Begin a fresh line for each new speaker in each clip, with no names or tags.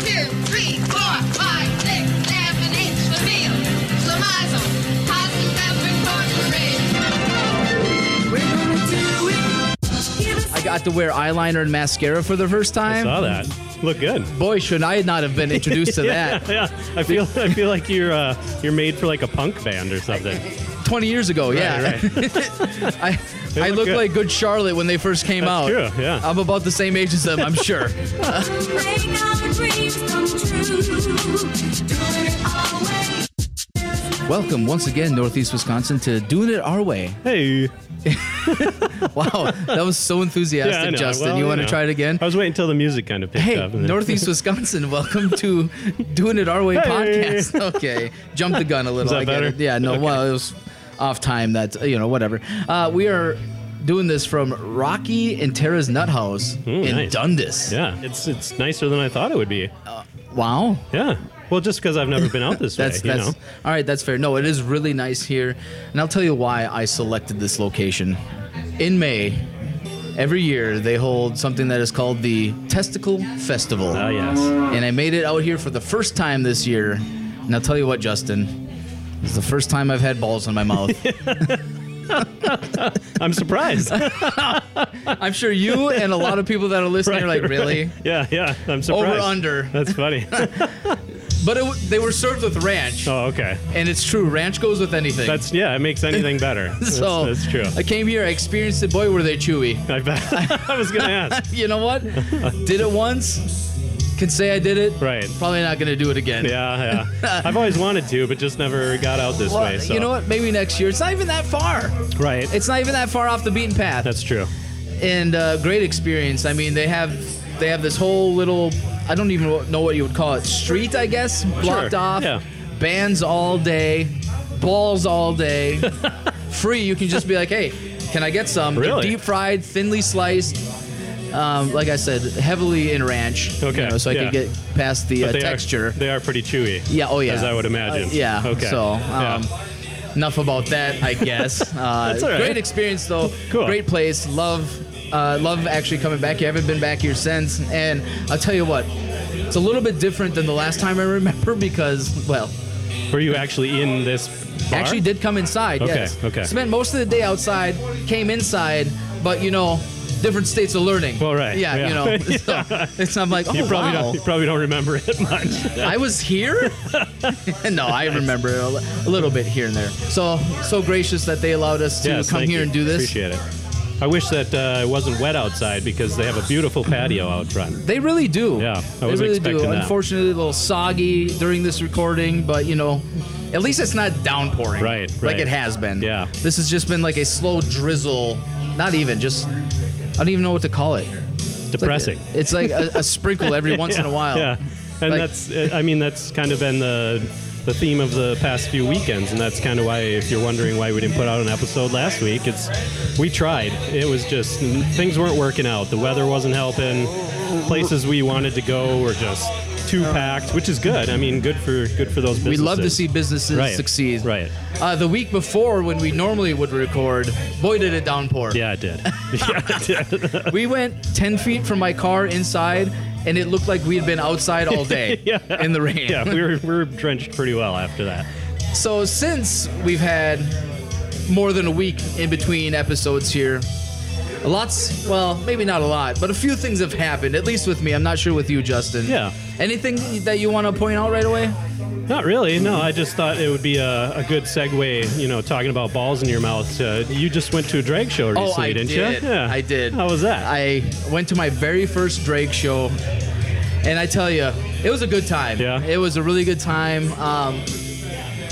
two, three, four, five, six, seven, eight. Schlemiel, Schlemazel, Possum Pepper Incorporated.
I got to wear eyeliner and mascara for the first time.
Saw that. Look good.
Boy, should I not have been introduced to
Yeah,
that
yeah. I feel I feel like you're uh, you're made for like a punk band or something.
20 years ago. yeah,
Right,
I, I
look
looked
good.
like Good Charlotte when they first came out.
true, yeah.
I'm about the same age as them, I'm sure.
Make our dreams come true. Do it our way.
Welcome once again, Northeast Wisconsin, to doing it our way.
Hey,
Wow, that was so
yeah, I
enthusiastic,
know.
Justin.
Well,
you want to
know.
try it again?
I was waiting until the music kind of picked
Hey,
up. and then-
Northeast Wisconsin, welcome to Doing It Our Way podcast. Okay, jump the gun a little.
that
I get
better?
it. Yeah, no, well, it was off time. That's you know whatever. Uh, we are doing this from Rocky and Tara's Nut House in
nice.
Dundas.
Yeah, it's it's nicer than I thought it would be.
Wow,
Yeah. Well, just because I've never been out this way,
that's
you
that's
know.
all right. That's fair. No, it is really nice here, and I'll tell you why I selected this location. In May, every year they hold something that is called the Testicle Festival.
Ah, yes.
and I made it out here for the first time this year. And I'll tell you what, Justin, it's the first time I've had balls in my mouth.
I'm surprised.
I'm sure you and a lot of people that are listening are like,
Right,
really?
yeah, yeah. I'm surprised.
Over under.
That's funny.
But it, w- they were served with ranch,
oh, okay.
and it's true. Ranch goes with anything.
That's yeah. It makes anything better. That's,
so
that's true.
I came here, I experienced it. Boy, were they chewy.
I bet. I was gonna ask.
You know what? did it once. Can say I did it.
Right.
Probably not going to do it again.
Yeah, yeah. I've always wanted to, but just never got out this
Well,
way. So.
You know what? Maybe next year. It's not even that far.
Right.
It's not even that far off the beaten path.
That's true.
and uh, great experience. I mean, they have they have this whole little I don't even know what you would call it street, I guess, blocked off.
yeah.
Bands all day, balls all day, free. You can just be like, hey, can I get some? They're
Really?
Deep fried, thinly sliced. Um, like I said, heavily in ranch.
Okay,
You know, so I
yeah.
could get past the uh,
They
texture.
Are, they are pretty chewy.
Yeah. Oh, yeah.
As I would imagine.
Uh, yeah.
Okay.
So, um,
Yeah.
enough about that, I guess. Uh,
That's all right.
Great experience, though.
Cool.
Great place. Love, uh, love actually coming back here. I haven't been back here since, and I'll tell you what, it's a little bit different than the last time I remember because, well,
Were you actually in this bar?
actually did come inside.
Okay,
Yes.
okay.
Spent most of the day outside. Came inside, but you know. Different states of learning.
Well, right,
Yeah,
yeah.
you know. So it's, I'm like, oh,
You probably
wow.
don't. You probably don't remember it much.
I was here? no, I remember a, li- a little bit here and there. So so gracious that they allowed us to
Yes,
come
thank
here
you.
and do this.
Appreciate it. I wish that uh, it wasn't wet outside because they have a beautiful patio out front.
They really do.
Yeah, I
they
wasn't
really do.
expecting that.
Unfortunately, a little soggy during this recording, but you know, at least it's not downpouring.
Right,
Like
right.
it has been.
Yeah.
This has just been like a slow drizzle. Not even just. I don't even know what to call it. It's like-
Depressing.
It's like a, a sprinkle every once in a while.
Yeah, and
Like-
that's. I mean, that's kind of been the the theme of the past few weekends, and that's kind of why, if you're wondering why we didn't put out an episode last week, it's we tried. It was just things weren't working out. The weather wasn't helping. Places we wanted to go were just too packed, which is good. I mean, good for good for those
We
businesses.
love to see businesses
Right,
succeed.
right.
Uh, the week before, when we normally would record, boy, did it downpour.
Yeah, it did. yeah, it did.
We went 10 feet from my car inside, and it looked like we had been outside all day
Yeah.
in the rain.
Yeah, we were, we were drenched pretty well after that.
So, since we've had more than a week in between episodes here, lots, well, maybe not a lot, but a few things have happened, at least with me. I'm not sure with you, Justin.
Yeah.
Anything that you want to point out right away?
Not really. No, I just thought it would be a, a good segue. You know, talking about balls in your mouth. Uh, you just went to a drag show recently,
Oh, I
didn't
did.
you? Yeah,
I did.
How was that?
I went to my very first Drake show, and I tell you, it was a good time.
Yeah.
It was a really good time. Um,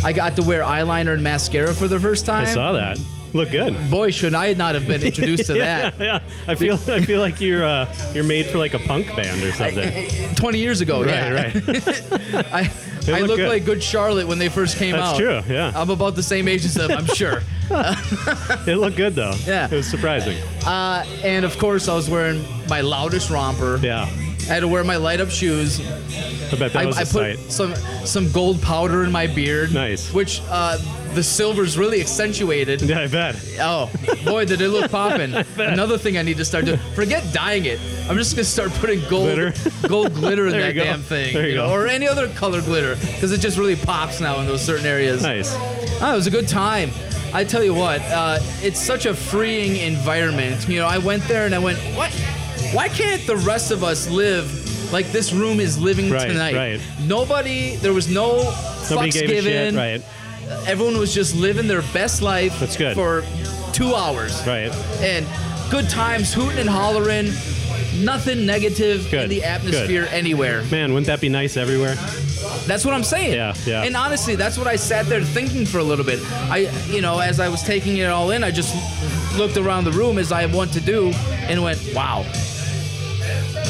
I got to wear eyeliner and mascara for the first time.
I saw that. Look good.
Boy, should I not have been introduced to
yeah,
that
yeah. I feel I feel like you're uh, you're made for like a punk band or something.
20 years ago? yeah.
Right, right.
I, I
looked
looked
good.
like Good Charlotte when they first came
That's
out.
true, yeah.
I'm about the same age as them, I'm sure.
It looked good though.
Yeah.
It was surprising.
Uh, and of course, I was wearing my loudest romper.
Yeah.
I had to wear my light up shoes.
I bet that
I,
was a
I put
sight.
some some gold powder in my beard.
Nice.
Which uh, the silver's really accentuated.
Yeah, I bet.
Oh boy, did it look popping! Another thing I need to start doing. Forget dyeing it. I'm just gonna start putting gold
Glitter?
gold glitter in
There
that
you go.
damn thing,
There you
know,
go.
or any other color glitter, because it just really pops now in those certain areas.
Nice.
Oh, it was a good time. I tell you what, uh, it's such a freeing environment. You know, I went there and I went, what? Why can't the rest of us live like this room is living
Right,
tonight?
right.
Nobody, there was no
Nobody
fucks
gave a
given.
shit. Right.
Everyone was just living their best life
That's good.
for two hours
Right.
and good times, hooting and hollering. Nothing negative in
Good,
the atmosphere anywhere.
Man, wouldn't that be nice everywhere?
That's what I'm saying.
Yeah, yeah.
And honestly, that's what I sat there thinking for a little bit. I, you know, as I was taking it all in, I just looked around the room as I want to do, and went, "Wow,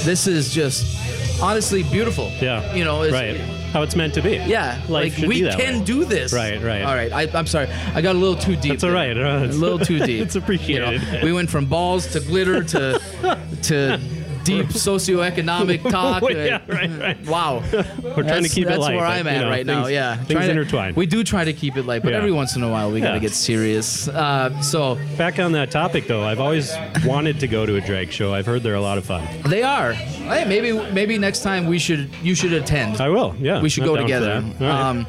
this is just honestly beautiful."
Yeah.
You know, it's,
right. How it's meant to be.
Yeah,
Life
like
should
we
be that
can
way.
do this.
Right, right.
All right, I, I'm sorry, I got a little too deep.
That's all
there.
right. Uh,
a
it's-
little too deep.
it's appreciated.
You know, we went from balls to glitter to to deep socioeconomic talk.
yeah, right, right.
Wow.
We're trying to
That's-
keep it
that's
light.
where
but,
I'm
you
at
know,
right now.
things-
Yeah,
Things
Trying to-
intertwined.
We do try to keep it light, but
Yeah.
every once in a while we gotta
Yeah.
get serious. Uh, so
Back on that topic, though, I've always wanted to go to a drag show. I've heard they're a lot of fun.
they are. Hey, maybe maybe next time we should you should attend.
I will. Yeah.
we should
I'm
go
down for
together.
that. All right.
Um,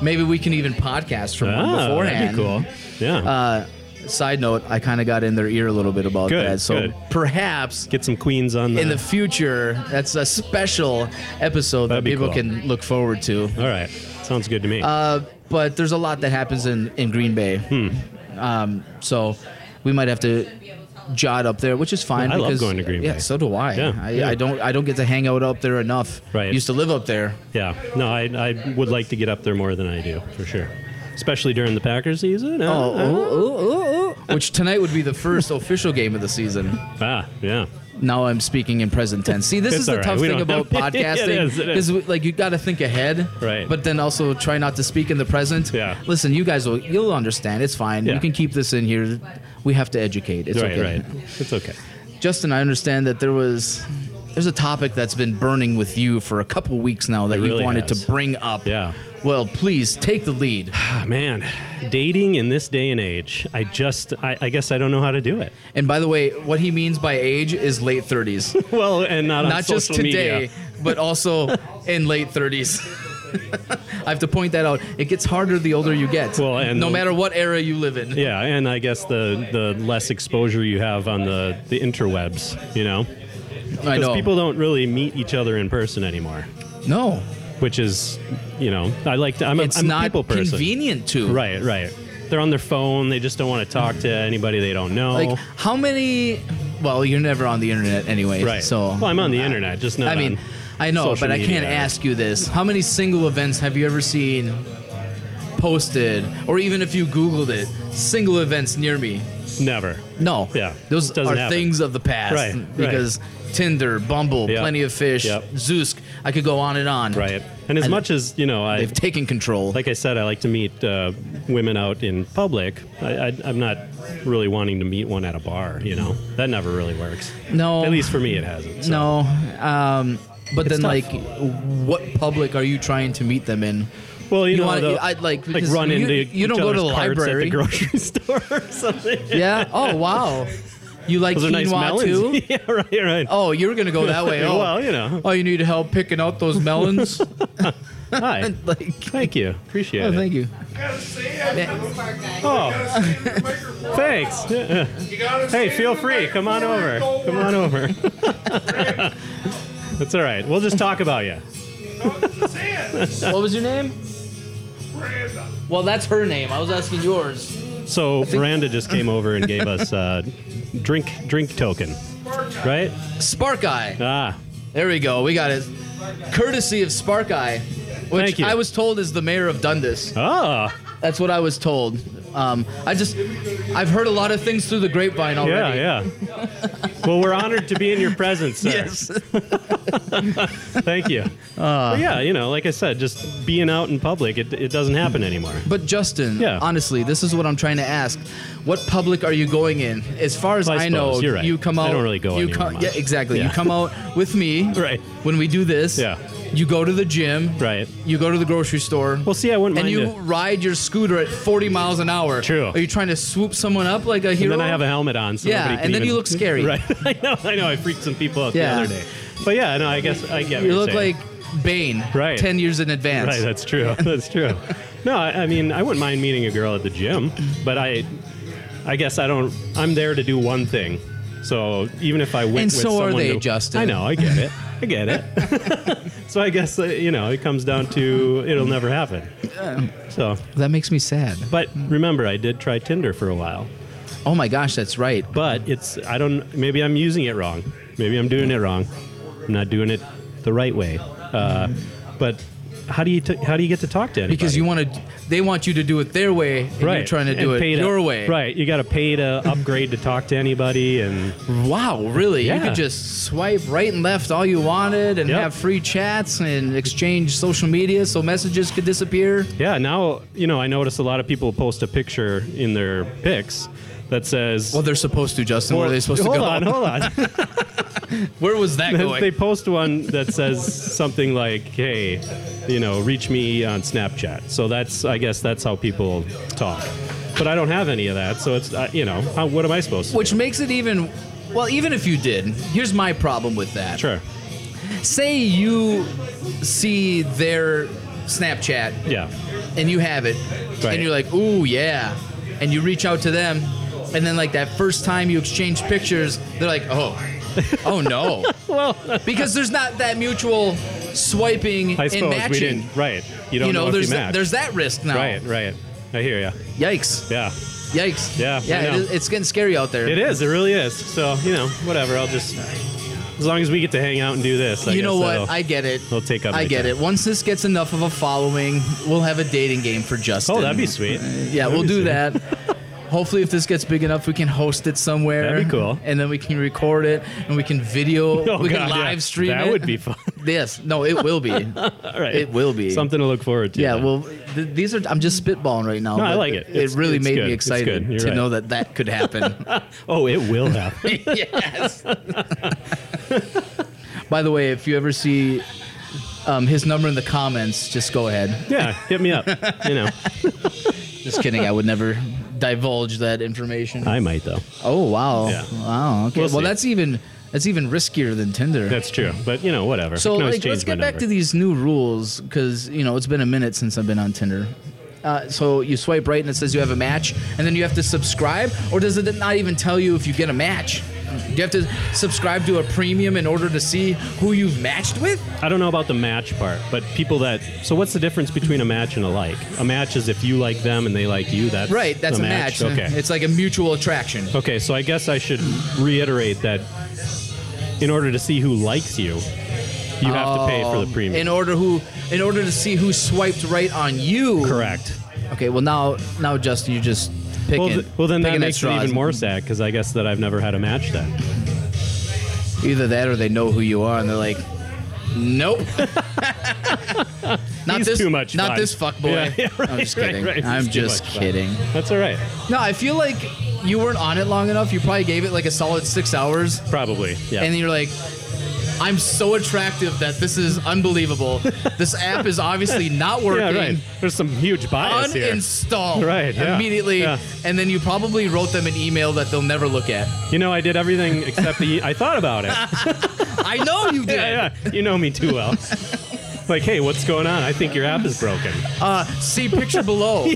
maybe we can even podcast from one
Ah,
beforehand.
That'd be cool. Yeah.
Uh, side note: I kind of got in their ear a little bit about
Good,
that, so
good.
perhaps.
Get some queens on the.
in the future, that's a special episode that
That'd be
people
cool.
can look forward to.
all right. Sounds good to me.
Uh, but there's a lot that happens in, in Green Bay.
Hmm.
Um, so we might have to jot up there, which is fine.
I love
because-
going to Green
yeah,
Bay.
so do I.
Yeah,
I,
yeah.
I don't I don't get to hang out up there enough.
Right.
Used to live up there.
yeah. No, I, I would like to get up there more than I do, for sure. Especially during the Packers season. Uh,
Oh,
uh,
ooh, ooh, ooh, ooh. which tonight would be the first official game of the season.
Ah, yeah.
Now I'm speaking in present tense. See, this
It's
is the
all right.
tough
We
thing
don't have-
about
It
podcasting
is, it is.
because like you got to think ahead,
Right.
But then also try not to speak in the present.
Yeah.
Listen, you guys will you'll understand. It's fine.
Yeah.
You can keep this in here. We have to educate. It's
right,
okay.
right. It's okay.
Justin, I understand that there was there's a topic that's been burning with you for a couple weeks now that
It really
you wanted
has.
to bring up.
Yeah.
Well, please take the lead.
Ah, man, dating in this day and age, I just, I, I guess I don't know how to do it.
And by the way, what he means by age is late 30s,
Well, and not, on
not
social
just today,
media.
but also in late 30s. I have to point that out. It gets harder the older you get.
Well, and
no
the-
matter what era you live in.
Yeah, and I guess the the less exposure you have on the the interwebs, you know,
I
because
know.
people don't really meet each other in person anymore,
no,
which is, you know, I like to, I'm a,
it's
am a
not
people person.
convenient to.
Right, right. They're on their phone. They just don't want to talk to anybody they don't know.
Like how many? Well, you're never on the internet anyway.
right.
So
well, I'm on the internet, just not.
I mean,
on
I know,
social
but I
media.
can't ask you this. How many single events have you ever seen posted, or even if you Googled it, single events near me?
Never.
No.
Yeah,
Those
doesn't
are
happen.
things of the past.
Right, right.
Because Tinder, Bumble,
Yeah.
Plenty of Fish,
Yep.
Zeusk, I could go on and on.
Right. And as
And
much as you know, I
They've taken control.
like I said, I like to meet uh, women out in public. I, I, I'm not really wanting to meet one at a bar. You know, that never really works.
no.
At least for me, it hasn't. so.
No. Um, but
It's
then,
tough.
like, what public are you trying to meet them in?
Well, you,
You
know,
wanna-
the-
I'd like-
like
because
run
you-
into
you don't
each
go to
other's
the
carts at
library.
the grocery store or something.
Yeah. Oh, wow. You like
Those are
quinoa
nice melons.
too?
yeah, right, right.
Oh, you were gonna go that way. Oh,
Well, you know.
Oh, you need help picking out those melons.
Hi.
And, like,
Thank you. Appreciate
oh,
it.
thank you.
Oh, thanks. Yeah. Hey, feel free. Come on over. Come on over. That's all right. We'll just talk about you.
What was your name? Well, that's her name. I was asking yours.
So Miranda just came over and gave us uh, drink drink token, right?
Spark Eye.
Ah,
There we go. We got it. Courtesy of Spark Eye, which
Thank you.
I was told is the mayor of Dundas.
ah,
That's what I was told. Um, I just I've heard a lot of things through the grapevine
Yeah,
already.
yeah. well, we're honored to be in your presence, sir.
Yes.
Thank you. But yeah, you know, like I said, just being out in public, it, it doesn't happen anymore.
But Justin,
Yeah.
honestly, this is what I'm trying to ask. What public are you going in? As far as
I
I, know,
suppose, you're right.
you come
I
out.
don't really go
you
anywhere
come,
much.
Yeah, exactly. You
Yeah.
come out with me.
Right.
When we do this.
Yeah.
You go to the gym.
Right.
You go to the grocery store.
Well, see, I wouldn't
and
mind
you
it.
ride your scooter at 40 miles an hour.
True.
Are you trying to swoop someone up like a
And
hero?
then I have a helmet on, so
Yeah,
nobody can
and then
even-
you look scary.
Right. I know. I know. I freaked some people out
Yeah.
the other day. But yeah, no, I guess I get.
You
what you're
look
saying.
like Bane.
Right.
Ten years in advance.
Right, that's true. That's true. No, I, I mean, I wouldn't mind meeting a girl at the gym, but I, I guess I don't. I'm there to do one thing. So even if I went
And
with
so are
someone
they,
to-
Justin.
I know. I get it. I get it. so I guess uh, you know it comes down to it'll never happen. So,
That makes me sad.
but remember, I did try Tinder for a while,
Oh my gosh, that's right.
but it's I don't. Maybe I'm using it wrong. Maybe I'm doing it wrong. I'm not doing it the right way. Uh, but how do you t- how do you get to talk to anybody?
Because you want to, they want you to do it their way, and
right.
you're trying to
And
do
pay
it
to-
your way.
Right. You got to pay to upgrade to talk to anybody, and
Wow, really? You
Yeah.
could just swipe right and left all you wanted and
Yep.
have free chats and exchange social media so messages could disappear.
yeah. Now you know I notice a lot of people post a picture in their pics that says.
Well, they're supposed to, Justin. Where are they supposed
hold
to go?
on, hold on.
Where was that going?
they post one that says something like, "Hey, you know, reach me on Snapchat." So that's, I guess, that's how people talk. But I don't have any of that, so it's, uh, you know, how, what am I supposed to?
Which makes it even, well, even if you did, here's my problem with that.
do? Sure.
Say you see their Snapchat
Yeah.
and you have it,
Right.
and you're like, ooh, yeah. And you reach out to them, and then, like, that first time you exchange pictures, they're like, oh, oh no.
Well,
because there's not that mutual swiping
I
and
suppose
matching.
we didn't. Right. You
You,
don't
know,
know if
there's
you
that-
match.
there's that risk now.
Right. Right. I hear you.
Yikes!
Yeah.
Yikes!
Yeah, I
yeah. It
know.
is, it's getting scary out there.
It is. It really is. So you know, whatever. I'll just as long as we get to hang out and do this. I
you know
guess
what?
that'll-
I get it.
It'll take up
I
my
get
time.
it. Once this gets enough of a following, we'll have a dating game for Justin.
oh, that'd be sweet.
Yeah,
That'd
we'll
be
do
sweet.
that. Hopefully, if this gets big enough, we can host it somewhere.
That'd be cool.
And then we can record it, and we can video,
Oh,
we
God,
can
yeah.
live stream
That
it.
would be fun.
Yes. No, it will be. yeah.
All right.
It will be.
something to look forward to. then.
Well, th- these are. I'm just spitballing right now.
No, I
but
like it. It's-
it really
it's
made
good.
me
It's
excited
good. You're
to
right.
know that that could happen.
Oh, it will happen.
yes. By the way, if you ever see um, his number in the comments, just go ahead.
yeah. Hit me up. You know,
Just kidding. I would never divulge that information.
I might though.
Oh wow!
Yeah.
Wow. Okay.
We'll
Well,
see.
that's even that's even riskier than Tinder.
That's true. But you know, whatever.
so
I can always
like, let's
change my
get back
number.
to these new rules because you know it's been a minute since I've been on Tinder. Uh, so you swipe right and it says you have a match, and then you have to subscribe, or does it not even tell you if you get a match? Do you have to subscribe to a premium in order to see who you've matched with?
I don't know about the match part, but people that. So what's the difference between a match and a like? A match is if you like them and they like you. That's
Right, that's a, match.
Okay.
It's like a mutual attraction.
Okay, so I guess I should reiterate that in order to see who likes you, you have to pay for the premium.
Um, In order who, in order to see who swiped right on you.
Correct.
Okay, well now, now Justin, you just picking.
Well, th- well, then that
picking at
makes it
straws.
even more sad because I guess that I've never had a match then.
Either that, or they know who you are, and they're like, "Nope, not
He's
this,
too much
not
fun.
this fuck boy."
Yeah, yeah,
I'm
right,
just kidding.
right, right.
I'm
He's too
just
much fun.
kidding.
That's all right.
No, I feel like you weren't on it long enough. You probably gave it like a solid six hours,
Probably. Yeah.
and then you're like. I'm so attractive that this is unbelievable. this app is obviously not working.
yeah, right. There's some huge bias here.
Uninstall
Right, yeah,
immediately,
yeah.
and then you probably wrote them an email that they'll never look at.
You know, I did everything except the. I thought about it.
I know you did.
yeah, yeah. You know me too well. like, hey, what's going on? I think your app is broken.
Uh, see picture below.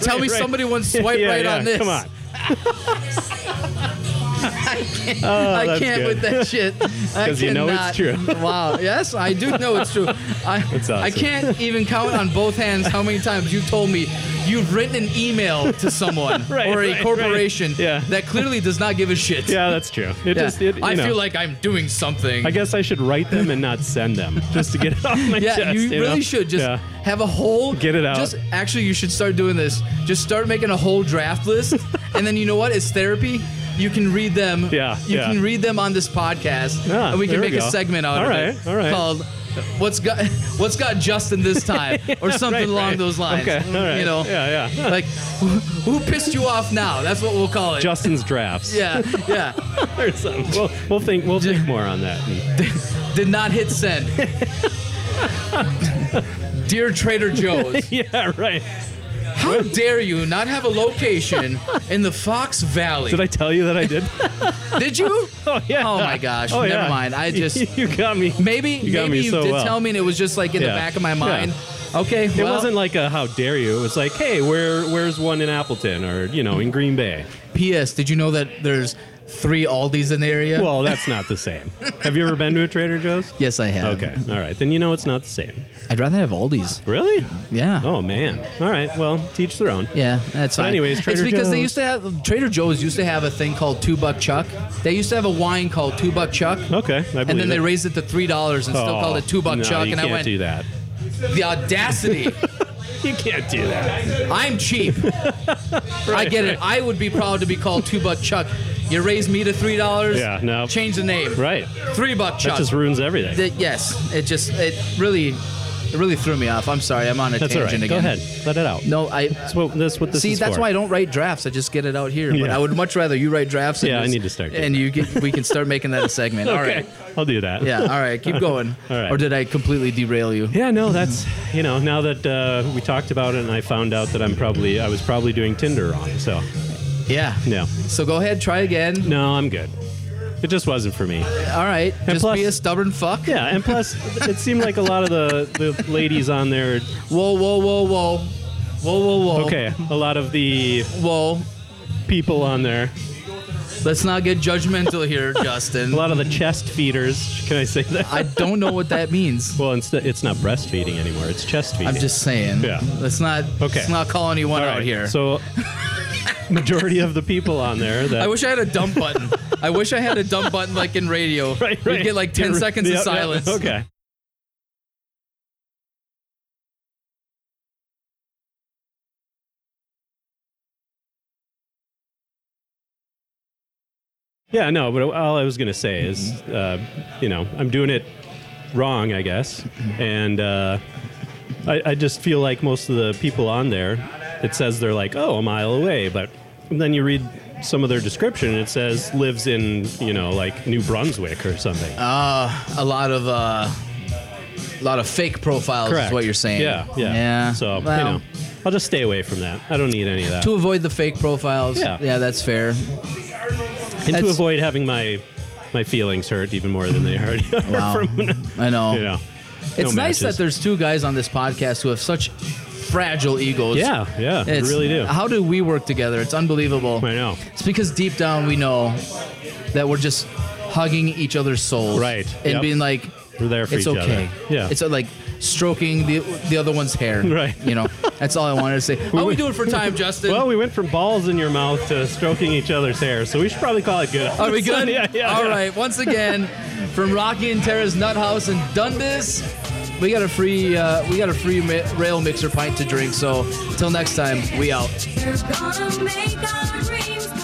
Tell me somebody once swiped
yeah,
right
yeah,
on this.
Come on.
I
Oh, that's
can't
good.
with that shit. Because
you know it's true.
wow. Yes, I do know it's true. I,
That's awesome.
I can't even count on both hands how many times you told me you've written an email to someone
Right,
or a
right,
corporation
right. Yeah.
that clearly does not give a shit.
Yeah, that's true. It
Yeah.
just, it, you
I
know,
feel like I'm doing something.
I guess I should write them and not send them just to get it off my
yeah,
chest.
you,
you know?
really should just
Yeah.
have a whole
Get it out.
Just actually, you should start doing this. Just start making a whole draft list, and then you know what? It's therapy. You can read them.
Yeah,
you
yeah.
can read them on this podcast,
Ah,
and we can
there we
make a
go.
segment out
All
of
right,
it.
all right.
Called "What's Got What's Got Justin This Time" or something
Right,
along
right.
those lines.
Okay, all right.
You know,
Yeah, yeah.
like who, who pissed you off now? That's what we'll call it.
Justin's drafts.
yeah, yeah.
or something. We'll, we'll think. We'll think more on that.
Did not hit send. Dear Trader Joe's.
yeah, right.
How dare you not have a location in the Fox Valley?
Did I tell you that I did?
Did you?
oh yeah.
Oh, my gosh.
Oh,
Never
yeah.
mind. I just-
you got me.
Maybe
You got
maybe
me
you
so
did
well.
tell me and it was just like in the
Yeah.
back of my
Yeah.
mind. Okay,
It
well,
wasn't like a how dare you. It was like, hey, where where's one in Appleton or you know in Green Bay?
P.S. Did you know that there's three Aldis in the area?
Well, that's not the same. have you ever been to a Trader Joe's?
yes, I have.
Okay, all right. Then you know it's not the same.
I'd rather have Aldis.
Really?
Yeah.
Oh man. All right. Well, teach their own.
Yeah, that's fine.
anyways,
it's
Trader
because they used
Joe's.
to have Trader Joe's used to have a thing called Two Buck Chuck. They used to have a wine called Two Buck Chuck.
Okay. Oh, I believe
And then they
it.
raised it to three dollars and still
Oh,
called it Two Buck
no,
Chuck.
You
and
can't
I went,
do that.
the audacity!
You can't do that.
I'm cheap. I get it. I would be proud to be called Two Buck Chuck. You raise me to three dollars.
Yeah, no.
Change the name.
Right.
Three Buck
That
Chuck.
just ruins everything.
Th- yes, it just it really it really threw me off. I'm sorry. I'm on a
That's all
tangent
right.
again.
Go ahead. Let it out.
No, I.
That's what, that's what this
See,
is
that's
for.
why I don't write drafts. I just get it out here. But
Yeah.
I would much rather you write drafts. and
Yeah, I
just-
need to start doing
And you get, we can start making that a segment. All
okay.
right.
I'll do that.
Yeah. All right. Keep going.
All right.
Or did I completely derail you?
Yeah, no, that's you know. Now that uh, we talked about it, and I found out that I'm probably I was probably doing Tinder wrong. So
Yeah.
no,
So go ahead. Try again.
no, I'm good. It just wasn't for me.
All right. Just
plus-
be a stubborn fuck.
Yeah, and plus, it seemed like a lot of the the ladies on there.
Whoa, whoa, whoa, whoa. Whoa, whoa, whoa.
Okay, a lot of the
Whoa.
people on there,
Let's not get judgmental here, Justin.
a lot of the chest feeders. Can I say that?
I don't know what that means.
well, it's, it's not breastfeeding anymore. It's chest feeding.
I'm just saying.
Yeah.
Let's not
Okay.
let's not call anyone
All
out
right,
here.
So, majority of the people on there that
I wish I had a dump button. I wish I had a dump button like in radio.
right,
We'd
right.
get like 10
You're-
seconds
yeah,
of
yeah,
silence.
okay. Yeah, no, but all I was going to say is,
Mm-hmm.
uh, you know, I'm doing it wrong, I guess.
Mm-hmm.
And uh, I, I just feel like most of the people on there, it says they're like, oh, a mile away. But then you read some of their description, and it says lives in, you know, like New Brunswick or something.
A lot of uh a lot of fake profiles is what you're saying.
Yeah, yeah.
Yeah.
So,
Well,
you know, I'll just stay away from that. I don't need any of that.
To avoid the fake profiles.
Yeah.
yeah, that's fair.
and to
that's-
avoid having my my feelings hurt even more than they already are
Wow.
from, you
I know.
know.
It's
no
nice
matches.
that there's two guys on this podcast who have such fragile egos.
Yeah, yeah. I
It's-
really do.
How do we work together? It's unbelievable.
I know.
It's because deep down we know that we're just hugging each other's souls.
Right.
And
Yep.
being like,
We're there for
it's
each
okay.
other. Yeah.
It's uh, like stroking the the other one's hair.
Right.
You know, that's all I wanted to say. How are we doing for time, Justin?
well, we went from balls in your mouth to stroking each other's hair, so we should probably call it good.
Are we good?
yeah, yeah.
All
yeah.
right. Once again, from Rocky and Tara's Nut House in Dundas, we got a free uh, we got a free mi- rail mixer pint to drink. So until next time, we out.
You're gonna make our dreams come